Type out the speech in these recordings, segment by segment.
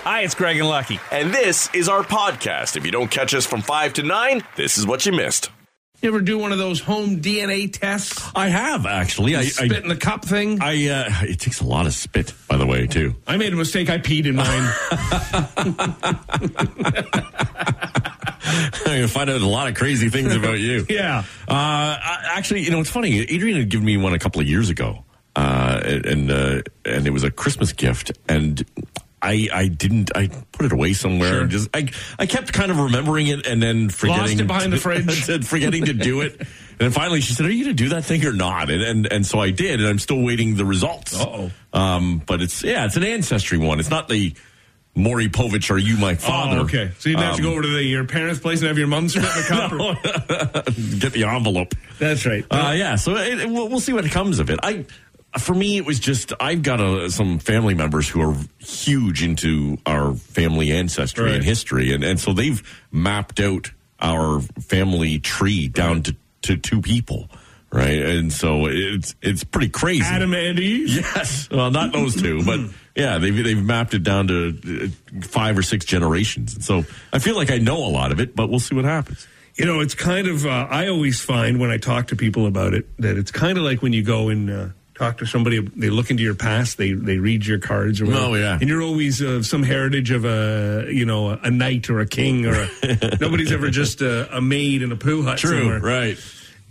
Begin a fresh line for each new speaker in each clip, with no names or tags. Hi, it's Greg and Lucky.
And this is our podcast. If you don't catch us from 5 to 9, this is what you missed.
You ever do one of those home DNA tests?
I have actually. I,
Spit in the cup thing? I,
I, I uh, it takes a lot of spit, by the way, too.
made a mistake. I peed in mine.
I'm gonna find out a lot of crazy things about you.
Yeah.
Uh, I- actually, you know, it's funny. Adrian had given me one a couple of years ago, uh, and uh, and it was a Christmas gift, and. I, I didn't I put it away somewhere and just I I kept kind of remembering it and then forgetting
it behind the fridge.
and forgetting to do it and then finally she said are you gonna do that thing or not and and, and so I did and I'm still waiting the results
Uh-oh.
um but it's yeah it's an ancestry one it's not the Maury Povich are you my father Um,
Oh, okay. So you didn't have to go over to the, your parents' place and have your mum spit in the cup? or-
get the envelope
That's right.
Uh, yeah, so it, it- we'll, we'll see what comes of it. I, for me, it was just I've got uh some family members who are huge into our family ancestry
Right.
and history, and, and so they've mapped out our family tree down to, to two people, right? And so it's it's pretty crazy.
Adam and Eve?
Yes, well, not those two, but yeah, they've they've mapped it down to uh, five or six generations, and so I feel like I know a lot of it, but we'll see what happens.
You know, it's kind of, uh, I always find when I talk to people about it that it's kind of like when you go and uh, talk to somebody, they look into your past, they, they read your cards or whatever.
Oh, yeah.
And you're always uh, some heritage of a, you know, a knight or a king or a, nobody's ever just uh, a, a maid in a poo hut somewhere.
right?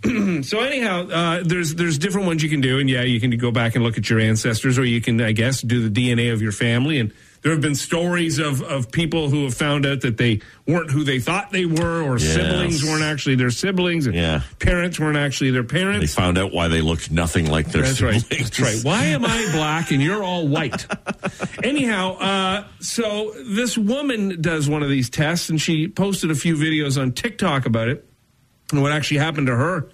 Hmm, So anyhow, uh, there's there's different ones you can do, and yeah, you can go back and look at your ancestors, or you can, I guess, do the DNA of your family. And there have been stories of of people who have found out that they weren't who they thought they were, or
Yes.
siblings weren't actually their siblings, and
Yeah.
parents weren't actually their
They
parents.
found out why they looked nothing like their
That's right.
siblings.
That's right. Why am I black and you're all white? Anyhow, uh, so this woman does one of these tests, and she posted a few videos on TikTok about it and what actually happened to her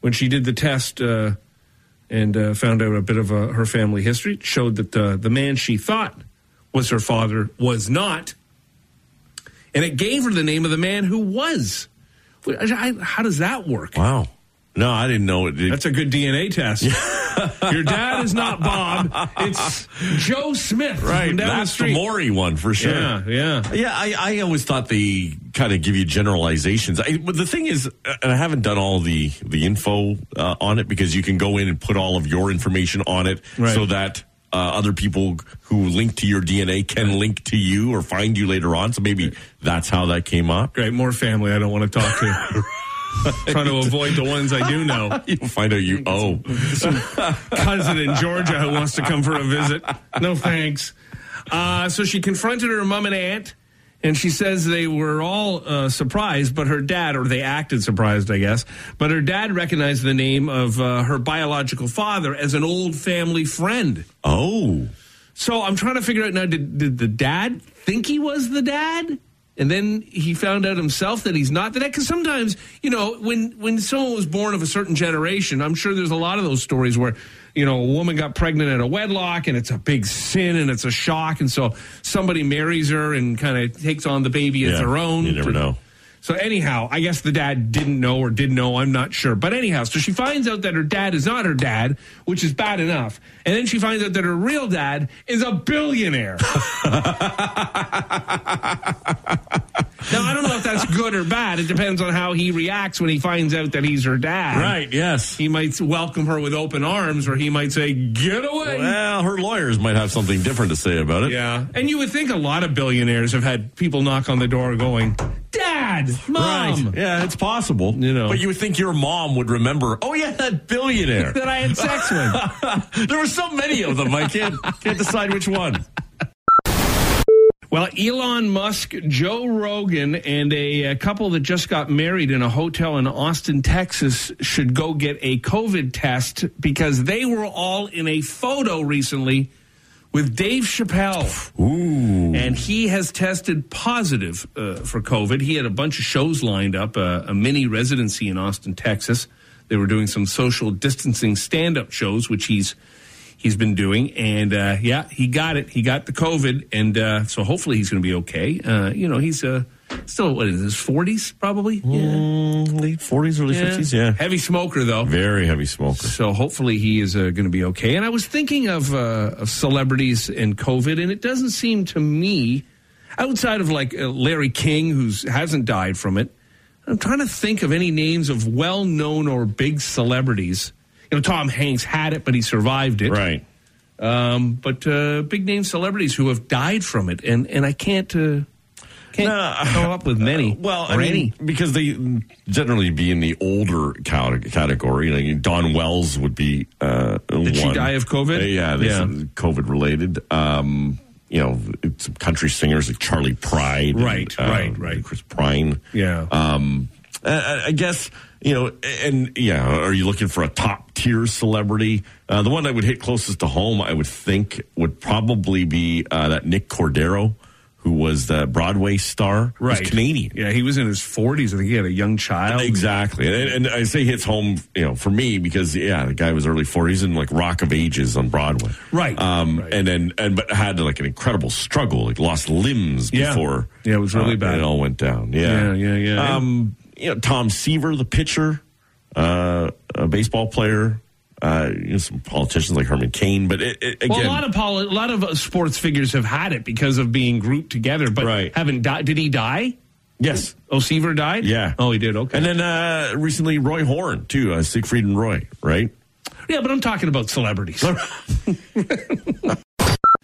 when she did the test uh, and uh, found out a bit of uh, her family history. It showed that uh, the, the man she thought was her father was not. And it gave her the name of the man who was. I- I- how does that work?
Wow. No, I didn't know it.
That's a good DNA test. Your dad is not Bob. It's Joe Smith. from
right.
down the
That's the,
street.
Maury one for sure.
yeah, yeah.
Yeah, I, I always thought they kind of give you generalizations. I, but the thing is, and I haven't done all the the info uh, on it because you can go in and put all of your information on it
Right.
so that uh, other people who link to your DNA can link to you or find you later on. So maybe that's how that came up.
Great. More family I don't want to talk to. Trying to avoid the ones I do know.
You'll find out you oh. owe.
cousin in Georgia who wants to come for a visit. No thanks. Uh, so she confronted her mom and aunt, and she says they were all uh, surprised, but her dad, or they acted surprised, I guess, but her dad recognized the name of uh, her biological father as an old family friend.
Oh.
So I'm trying to figure out now did, did the dad think he was the dad? And then he found out himself that he's not the dad? Because sometimes, you know, when, when someone was born of a certain generation, I'm sure there's a lot of those stories where, you know, a woman got pregnant at a wedlock and it's a big sin and it's a shock. And so somebody marries her and kind of takes on the baby as
Yeah,
their own.
you never know.
So anyhow, I guess the dad didn't know or did know. I'm not sure. But anyhow, so she finds out that her dad is not her dad, which is bad enough. And then she finds out that her real dad is a billionaire. now I don't know if that's good or bad. It depends on how he reacts when he finds out that he's her dad.
Right, yes.
He might welcome her with open arms, or he might say, "Get away."
Well, her lawyers might have something different to say about it.
Yeah. And you would think a lot of billionaires have had people knock on the door going, Dad, Mom.
Right. Yeah, it's possible.
You know.
But you would think your mom would remember, oh, yeah, that billionaire.
That I had sex with.
there were so many of them. I can't, can't decide which one.
Well, Elon Musk, Joe Rogan, and a, uh couple that just got married in a hotel in Austin, Texas, should go get a COVID test because they were all in a photo recently with Dave Chappelle. Ooh. And he has tested positive uh, for COVID. He had a bunch of shows lined up, uh, a mini residency in Austin, Texas. They were doing some social distancing stand up shows, which he's he's been doing. And uh, yeah, he got it. He got the COVID, and uh, so hopefully he's going to be okay. Uh, you know, he's uh, still what is his forties probably. Yeah.
Late 40s, early 50s, Mm, yeah.
heavy smoker though.
Very heavy smoker.
So hopefully he is uh, going to be okay. And I was thinking of uh, of celebrities and COVID, and it doesn't seem to me outside of like uh, Larry King, who hasn't died from it, I'm trying to think of any names of well known or big celebrities. You know, Tom Hanks had it, but he survived it.
Right.
Um, but uh, big name celebrities who have died from it, and and I can't uh, can't come up with many.
Well,
or
I mean,
any.
because they generally be in the older cate- category. Like Don Wells would be. Uh, Did
she die of COVID?
yeah, this
Yeah.
is COVID related. Um, you know, some country singers like Charlie Pride, and, uh,
Right, right, right.
Chris Pine.
Yeah.
Um, I- I, I guess you know, and yeah, are you looking for a top tier celebrity? Uh, the one that would hit closest to home, I would think, would probably be uh, that Nick Cordero, who was the Broadway star, He was Canadian.
Yeah, he was in his 40s. I think he had a young child.
Exactly, and, and I say hits home, you know, for me because yeah, the guy was early forties and like Rock of Ages on Broadway,
Right,
Um,
right.
and then and but had like an incredible struggle, like lost limbs
Yeah.
before, uh,
Yeah, it was really bad.
It all went down, yeah,
Yeah, yeah, yeah.
Um, you know, Tom Seaver, the pitcher, uh, a baseball player, uh, you know, some politicians like Herman Cain, but it, it, again,
Well, a lot of poli- a lot of uh, sports figures have had it because of being grouped together, but
Right.
haven't died. Did he die?
yes,
O'Seaver died.
Yeah.
Oh, he did. Okay.
and then uh, recently Roy Horn too, uh, Siegfried and Roy, right?
yeah, but I'm talking about celebrities.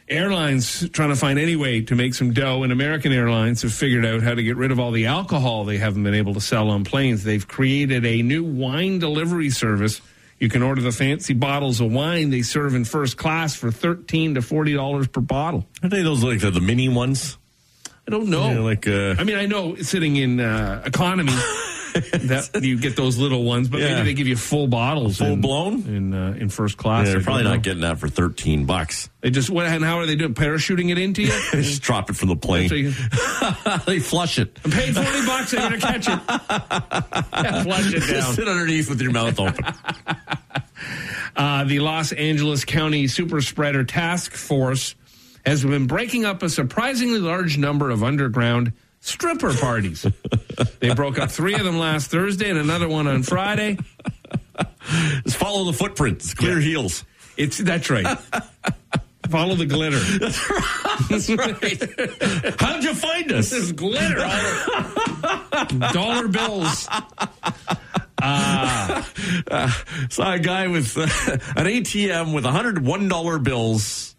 Airlines trying to find any way to make some dough, and American Airlines have figured out how to get rid of all the alcohol they haven't been able to sell on planes. They've created a new wine delivery service. You can order the fancy bottles of wine they serve in first class for thirteen to forty dollars per bottle.
Are they those like the, the mini ones?
I don't know.
Yeah, like, uh,
Oh, I mean, I know sitting in uh, economy that you get those little ones, but
Yeah.
maybe they give you full bottles,
Full
in-
blown?
in uh, in first
Yeah,
class. I
they're
don't
probably
know.
not getting that for thirteen bucks.
They just what and how are they doing? Parachuting it into you?
They just drop it from the plane.
So you
they flush it.
paid forty bucks. I'm gonna catch it. Yeah, flush it down.
Sit underneath with your mouth open.
Uh, the Los Angeles County Super Spreader Task Force has been breaking up a surprisingly large number of underground stripper parties. they broke up three of them last Thursday and another one on Friday.
just follow the footprints. Clear heels.
It's that's right. Follow the glitter. That's right.
How'd you find
There's
us?
glitter all over. dollar bills.
Saw a guy with uh, an ATM with hundred one dollar bills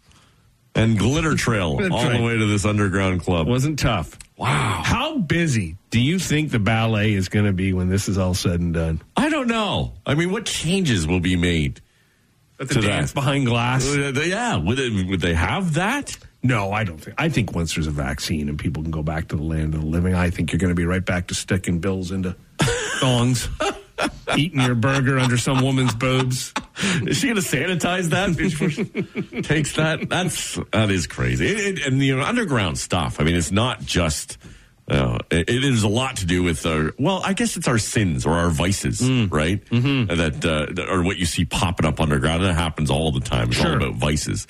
and glitter trail
That's
all
right.
the way to this underground club.
Wasn't tough.
wow.
How busy do you think the ballet is going to be when this is all said and done?
I don't know. I mean, what changes will be made?
At the
To
dance
that.
behind glass?
Uh, they- yeah, would they, would they have that?
No, I don't think. I think once there's a vaccine and people can go back to the land of the living, I think you're going to be right back to sticking bills into thongs, eating your burger under some woman's boobs.
Is she going to sanitize that before she takes that? That's that is crazy. It, it, and the underground stuff. I mean, it's not just. Uh, it, it is a lot to do with our. Well, I guess it's our sins or our vices,
Mm.
right? Mm-hmm. That uh, that are what you see popping up underground. That happens all the time. It's
Sure.
all about vices.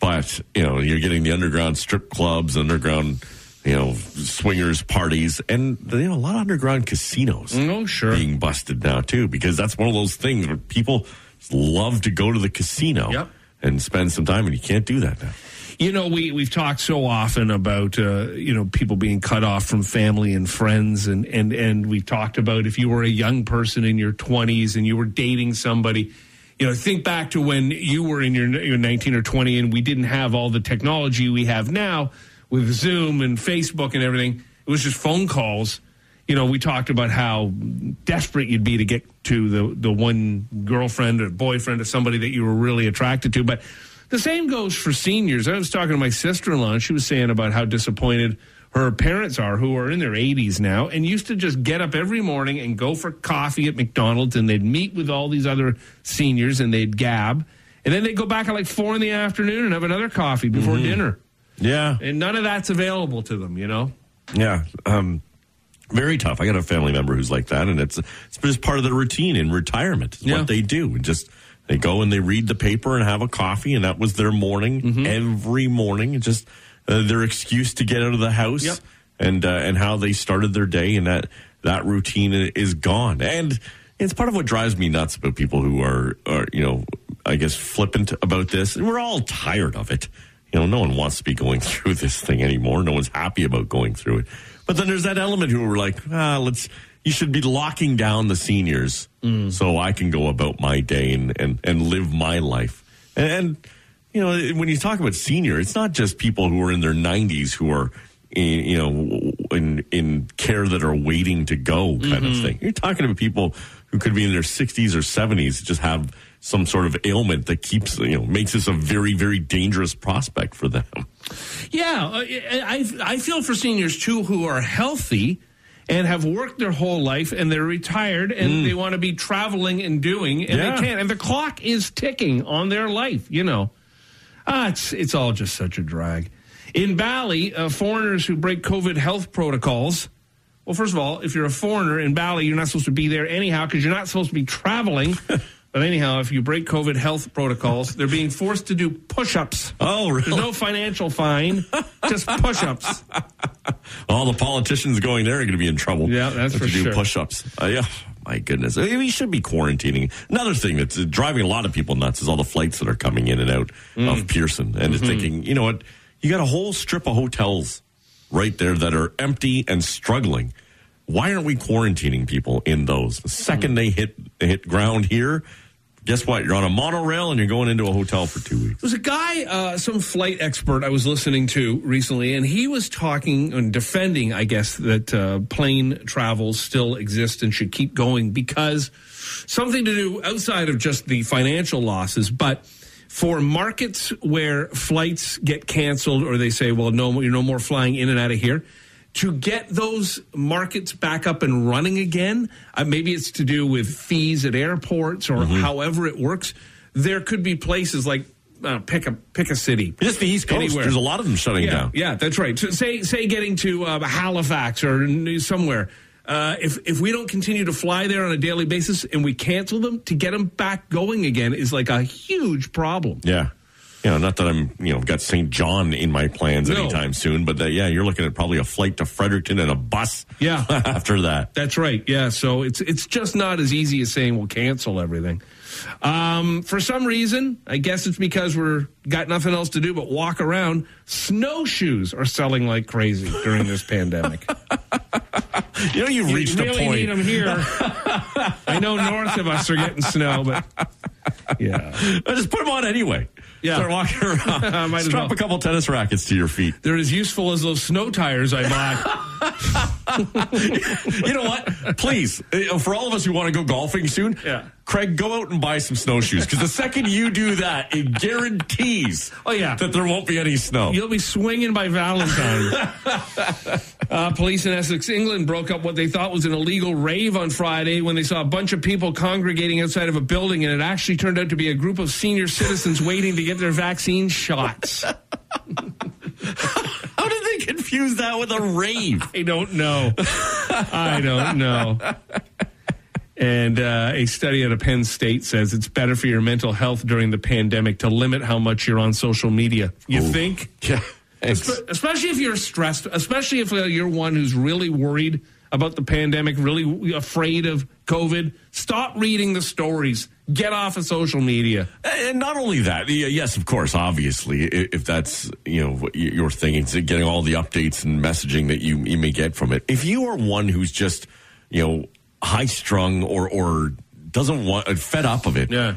But you know, you're getting the underground strip clubs, underground. You know, swingers parties, and you know a lot of underground casinos
Oh, sure.
being busted now too because that's one of those things where people love to go to the casino
Yep.
and spend some time and you can't do that now
You know, we we've talked so often about uh, you know people being cut off from family and friends, and and and we've talked about if you were a young person in your twenties and you were dating somebody. You know, think back to when you were in your, your 19 or 20 and we didn't have all the technology we have now with Zoom and Facebook and everything. It was just phone calls. You know, we talked about how desperate you'd be to get to the, the one girlfriend or boyfriend or somebody that you were really attracted to. But the same goes for seniors. I was talking to my sister in law, and she was saying about how disappointed her parents are, who are in their 80s now, and used to just get up every morning and go for coffee at McDonald's, and they'd meet with all these other seniors and they'd gab. And then they'd go back at like four in the afternoon and have another coffee before dinner.
yeah
And none of that's available to them, you know?
yeah um very tough i got a family member who's like that and it's it's just part of their routine in retirement is
Yeah.
what they do and just they go and they read the paper and have a coffee and that was their morning
Mm-hmm.
every morning It's just uh, their excuse to get out of the house
Yep.
and uh, and how they started their day and that that routine i- is gone and it's part of what drives me nuts about people who are are you know I guess flippant about this and we're all tired of it You know, no one wants to be going through this thing anymore. No one's happy about going through it. But then there's that element who were like, ah, let's. You should be locking down the seniors so I can go about my day and and, and live my life. And, and you know, when you talk about senior, it's not just people who are in their 90s who are. In, you know, in in care that are waiting to go, kind of thing. You're talking about people who could be in their 60s or 70s, just have some sort of ailment that keeps you know makes this a very very dangerous prospect for them.
Yeah, uh, I I feel for seniors too who are healthy and have worked their whole life and they're retired and they want to be traveling and doing and
Yeah.
they can't and the clock is ticking on their life, you know. Ah, it's it's all just such a drag. In Bali, uh, foreigners who break COVID health protocols. Well, first of all, if you're a foreigner in Bali, you're not supposed to be there anyhow because you're not supposed to be traveling. but anyhow, if you break COVID health protocols, they're being forced to do push-ups.
Oh,
There's no financial fine, just push-ups.
All the politicians going there are going to be in trouble.
Yeah, that's
Have
for
to do
sure.
push-ups. Uh, yeah, my goodness, I mean, we should be quarantining. Another thing that's uh, driving a lot of people nuts is all the flights that are coming in and out
Mm.
of Pearson, and it's
Mm-hmm.
thinking, you know what, you got a whole strip of hotels right there that are empty and struggling. Why aren't we quarantining people in those? The
Mm.
second they hit they hit ground here, guess what? You're on a monorail and you're going into a hotel for two weeks.
There's a guy, uh, some flight expert I was listening to recently, and he was talking and defending, I guess, that uh, plane travels still exist and should keep going because something to do outside of just the financial losses, but for markets where flights get canceled or they say, well, no, you're no more flying in and out of here. To get those markets back up and running again, uh, maybe it's to do with fees at airports or however it works. There could be places like uh, pick a pick a city.
Just the East Coast.
Anywhere.
There's a lot of them shutting
Yeah,
down.
yeah, that's right. So say say getting to uh, Halifax or n- somewhere. Uh, if if we don't continue to fly there on a daily basis and we cancel them to get them back going again is like a huge problem.
Yeah. Yeah, not that I'm, you know, got St. John in my plans
No.
anytime soon, but that, yeah, you're looking at probably a flight to Fredericton and a bus
Yeah.
after that.
That's right. Yeah. So it's it's just not as easy as saying we'll cancel everything. Um, for some reason, I guess it's because we're got nothing else to do but walk around. Snowshoes are selling like crazy during this pandemic.
You know, you've
You
reached
really
a point.
need 'em here. I know north of us are getting snow, but yeah,
I just put them on anyway.
Yeah.
Start walking around.
Might as
Strap
well.
a couple tennis rackets to your feet.
they're as useful as those snow tires I bought.
You know what? Please, uh, for all of us who want to go golfing soon,
Yeah.
Craig, go out and buy some snowshoes because the second you do that, it guarantees
Oh, yeah.
that there won't be any snow.
You'll be swinging by Valentine. uh, police in Essex, England, broke up what they thought was an illegal rave on Friday when they saw a bunch of people congregating outside of a building, and it actually turned out to be a group of senior citizens waiting to get their vaccine shots.
How did they confuse that with a rave?
I don't know. I don't know. And uh, a study out of Penn State says it's better for your mental health during the pandemic to limit how much you're on social media. You think?
yeah. It's-
Espe- Especially if you're stressed, especially if uh, you're one who's really worried about the pandemic, really w- afraid of COVID. Stop reading the stories. Get off of social media.
Eh, And not only that, y- yes, of course, obviously, i- if that's you know what y- your thing, it's getting all the updates and messaging that you you may get from it. If you are one who's just you know high strung or or doesn't want uh, fed up of it,
Yeah.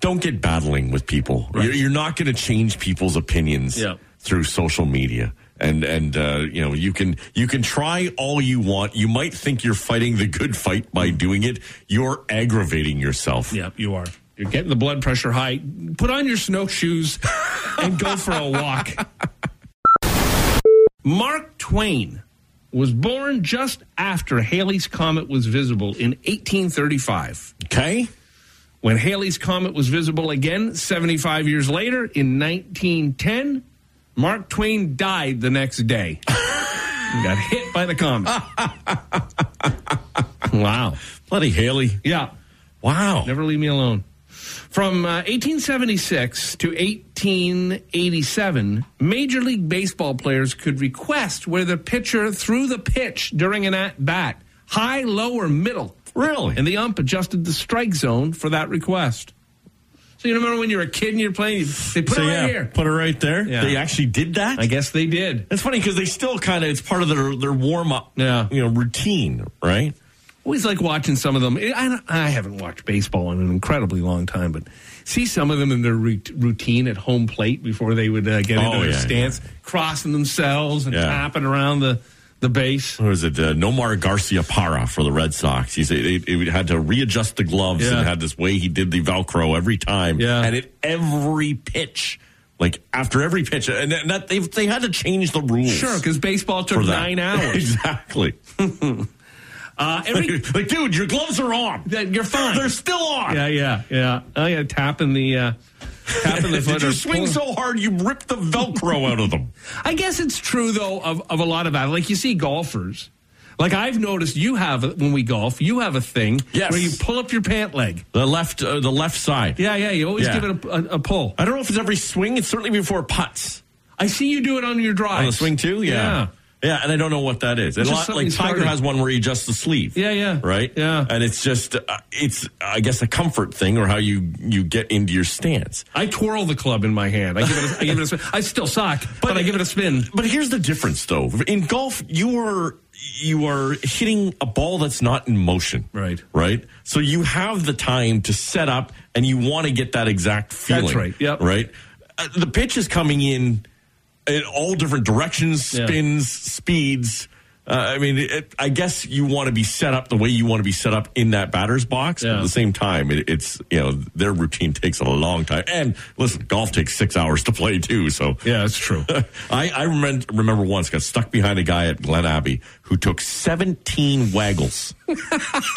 don't get battling with people. You're, you're not going to change people's opinions
Yeah.
through social media. And and uh, you know you can you can try all you want. You might think you're fighting the good fight by doing it. You're aggravating yourself.
Yep, you are. You're getting the blood pressure high. Put on your snowshoes and go for a walk. Mark Twain was born just after Halley's Comet was visible in 1835.
Okay.
When Halley's Comet was visible again 75 years later in 1910, Mark Twain died the next day. He got hit by the comet. wow.
Bloody Haley.
Yeah.
Wow.
Never leave me alone. From uh, 1876 to 1887, Major League Baseball players could request where the pitcher threw the pitch during an at bat high, low, or middle.
Really?
And the ump adjusted the strike zone for that request. So you remember when you were a kid and you're playing, they put
so
it right
yeah,
here.
put it right there.
Yeah.
They actually did that.
I guess they did.
It's funny because they still kind of it's part of their their warm up,
Yeah.
you know, routine, right?
Always like watching some of them. I, I- I haven't watched baseball in an incredibly long time, but see some of them in their rout- routine at home plate before they would uh, get
Oh,
into their
yeah,
stance, crossing themselves and
Yeah.
tapping around the, the base.
What was it? Uh, Nomar Garcia Para for the Red Sox. He's he, he had to readjust the gloves
Yeah.
and had this way he did the Velcro every time.
Yeah.
and at every pitch, like after every pitch, and that, that they they had to change the rules.
Sure, because baseball took
for that.
nine hours.
exactly.
Uh, every,
like, dude, your gloves are on.
that- you're fine.
They're still on.
yeah, yeah, yeah. Oh, yeah, tapping the, uh, tapping the foot.
Did you
or
swing
pulling-
so hard you ripped the Velcro out of them?
I guess it's true though of, of a lot of athletes. Like you see golfers. Like I've noticed you have when we golf, you have a thing
Yes.
where you pull up your pant leg.
The left, uh, the left side.
Yeah, yeah, you always
Yeah.
give it a, a, a pull.
I don't know if it's every swing. It's certainly before putts.
I see you do it on your drive.
On the swing too,
Yeah.
yeah. yeah, and I don't know what that is. A
It's just
lot,
something
like Tiger
started.
has one where he adjusts the sleeve.
Yeah, yeah.
right.
Yeah.
and it's just uh, it's I guess a comfort thing or how you you get into your stance.
I twirl the club in my hand. I give it. A, I give it a spin. I still suck, but, I give it a spin.
But here's the difference, though. In golf, you are you are hitting a ball that's not in motion.
Right.
Right. So you have the time to set up, and you want to get that exact feeling.
right. Yep.
Right. Uh, the pitch is coming in in all different directions,
Yeah.
spins, speeds. Uh, I mean, it, I guess you want to be set up the way you want to be set up in that batter's box. But
Yeah.
at the same time, it, it's you know their routine takes a long time, and listen, golf takes six hours to play too. So
Yeah, it's true.
I, I remember, remember once got stuck behind a guy at Glen Abbey who took 17 waggles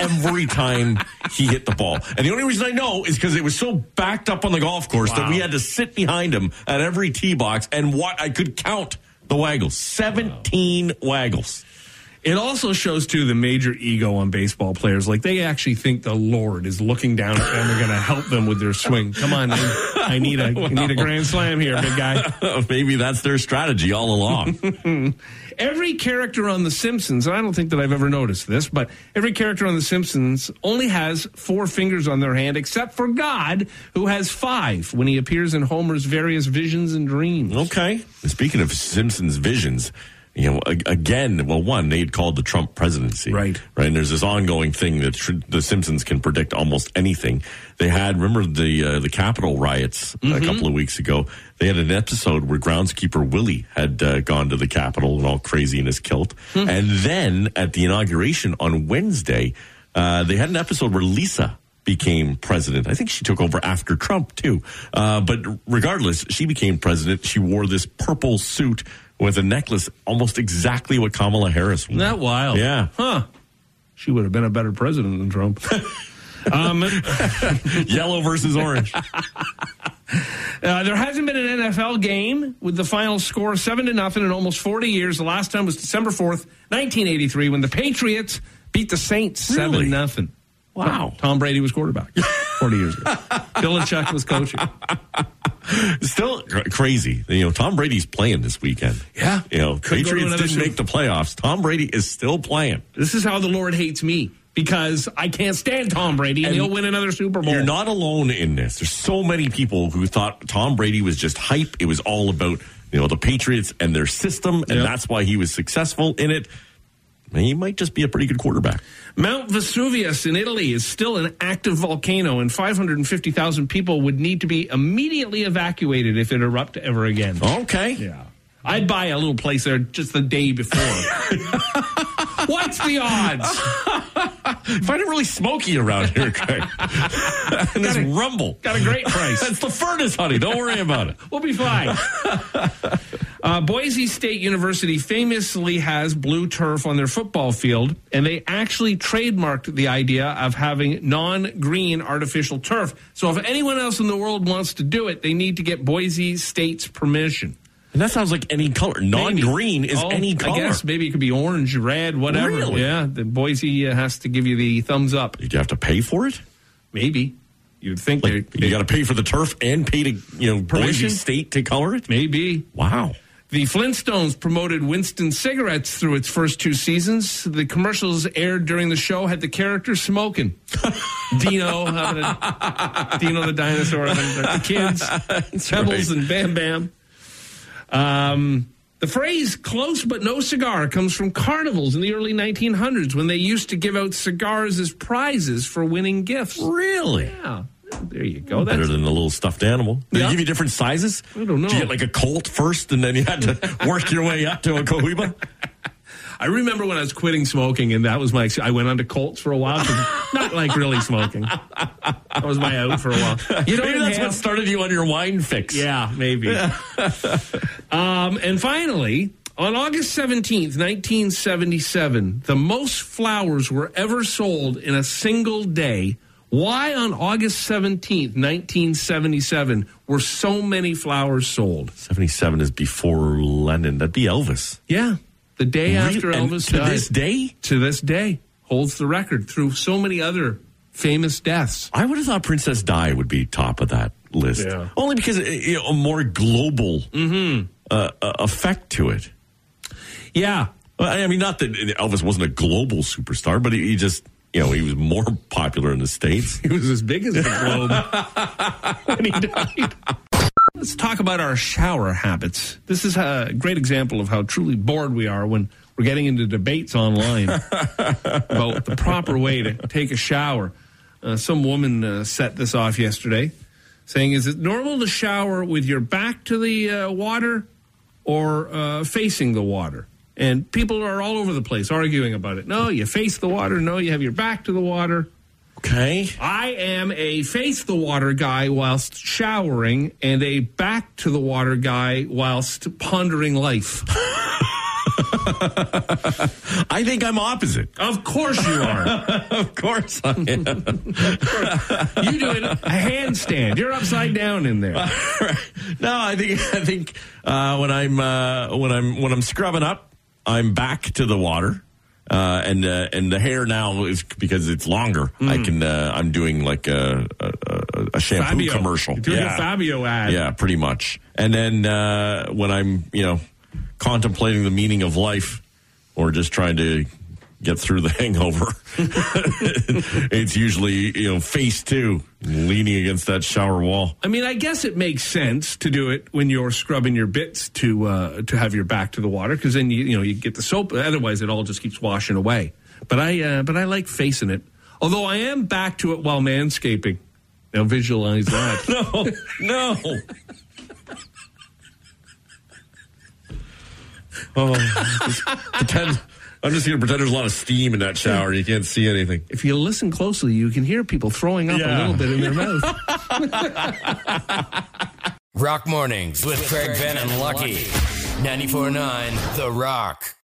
every time he hit the ball. And the only reason I know is because it was so backed up on the golf course that we had to sit behind him at every tee box and what I could count the waggles 17 waggles.
It also shows too the major ego on baseball players. Like they actually think the Lord is looking down at them. They're going to help them with their swing. Come on, I, I need a I need a grand slam here, big guy.
Maybe that's their strategy all along.
Every character on The Simpsons, and I don't think that I've ever noticed this, but every character on The Simpsons only has four fingers on their hand, except for God, who has five when he appears in Homer's various visions and dreams.
Okay. Speaking of Simpsons visions, you know, a- again, well, one they had called the Trump presidency,
Right.
Right. And there's this ongoing thing that tr- the Simpsons can predict almost anything. They had remember the uh, the Capitol riots a couple of weeks ago. They had an episode where groundskeeper Willie had uh, gone to the Capitol and all crazy in his kilt, and then at the inauguration on Wednesday, uh, they had an episode where Lisa became president. I think she took over after Trump too. Uh, but regardless, she became president. She wore this purple suit with a necklace, almost exactly what Kamala Harris wore.
Isn't that wild?
Yeah.
Huh. She would have been a better president than Trump. um,
Yellow versus orange.
Uh, there hasn't been an NFL game with the final score seven to nothing in almost 40 years. The last time was December 4th, 1983, when the Patriots beat the Saints seven
Really?
nothing.
Wow.
Tom Brady was quarterback 40 years ago. Belichick was coaching.
Still cr- crazy. You know, Tom Brady's playing this weekend.
Yeah.
You know,
Could go to
Patriots
another
didn't
Super-
make the playoffs. Tom Brady is still playing.
This is how the Lord hates me because I can't stand Tom Brady and,
And
he'll win another Super Bowl.
You're not alone in this. There's so many people who thought Tom Brady was just hype. It was all about you know the Patriots and their system, and
Yep.
that's why he was successful in it. He might just be a pretty good quarterback.
Mount Vesuvius in Italy is still an active volcano, and 550,000 people would need to be immediately evacuated if it erupted ever again.
Okay.
Yeah. I'd buy a little place there just the day before. What's the odds?
I find it really smoky around here, Craig. and this rumble.
Got a great price.
That's the furnace, honey. Don't worry about it.
We'll be fine. Uh, Boise State University famously has blue turf on their football field, and they actually trademarked the idea of having non green artificial turf. So, if anyone else in the world wants to do it, they need to get Boise State's permission.
And that sounds like any color. Non
Maybe.
green is
Oh,
any color.
I guess maybe it could be orange, red, whatever.
Really?
Yeah, the Boise uh, has to give you the thumbs up.
Did you have to pay for it?
Maybe you'd think
Like,
they,
you got to pay for the turf and pay to, you know, Boise
Permission?
State to color it?
maybe
Wow.
The Flintstones promoted Winston cigarettes through its first two seasons. The commercials aired during the show had the character smoking. Dino, having a- Dino the dinosaur, having the kids, Pebbles, and Bam Bam. Um, the phrase close but no cigar comes from carnivals in the early 1900s when they used to give out cigars as prizes for winning gifts.
Really?
Yeah. There you go.
Better
That's,
than the little stuffed animal. They
Yeah.
give you different sizes.
I don't know.
Did you get like a colt first, and then you had to work your way up to a cohiba?
I remember when I was quitting smoking, and that was my. ex- I went on to Colts for a while, 'cause- not like really smoking. That was my out for a while. You know,
Maybe that's what started you on your wine fix.
Yeah, maybe. um, and finally, on August 17th, 1977, the most flowers were ever sold in a single day. Why on August 17th, 1977, were so many flowers sold?
Seventy-seven is before Lennon. That'd be Elvis.
Yeah. The day after
Really? And
Elvis
to
died.
this day,
to this day, holds the record through so many other famous deaths.
I would have thought Princess Di would be top of that list,
Yeah.
only because uh, you know, a more global uh, uh, effect to it.
Yeah.
Well, I I mean, not that Elvis wasn't a global superstar, but he he just, you know, he was more popular in the States.
He was as big as the globe when he died. Let's talk about our shower habits. This is a great example of how truly bored we are when we're getting into debates online about the proper way to take a shower. Uh, some woman uh, set this off yesterday, saying, "Is it normal to shower with your back to the uh, water or uh, facing the water?" And people are all over the place arguing about it. No, you face the water. No, you have your back to the water.
Okay.
I am a face the water guy whilst showering and a back to the water guy whilst pondering life.
I think I'm opposite.
Of course you are.
Of course I am.
You do it a handstand. You're upside down in there.
no, I think I think uh, when I'm uh, when I'm when I'm scrubbing up, I'm back to the water. Uh, and uh, and the hair now is because it's longer. I
Hmm.
can uh, I'm doing like a a, a- a shampoo
Fabio.
commercial.
You're doing a Fabio ad.
Yeah, pretty much. And then uh, when I'm, you know, contemplating the meaning of life or just trying to get through the hangover, it's usually, you know, face two, leaning against that shower wall.
I mean, I guess it makes sense to do it when you're scrubbing your bits to uh, to have your back to the water because then you you know you get the soap. Otherwise, it all just keeps washing away. But I uh, but I like facing it. Although I am back to it while manscaping. Now visualize that.
No, no. oh, just pretend. I'm just going to pretend there's a lot of steam in that shower. You can't see anything.
if you listen closely, you can hear people throwing up
Yeah.
a little bit in their mouth.
Rock Mornings with Craig Ben and Lucky. 94.9 The Rock.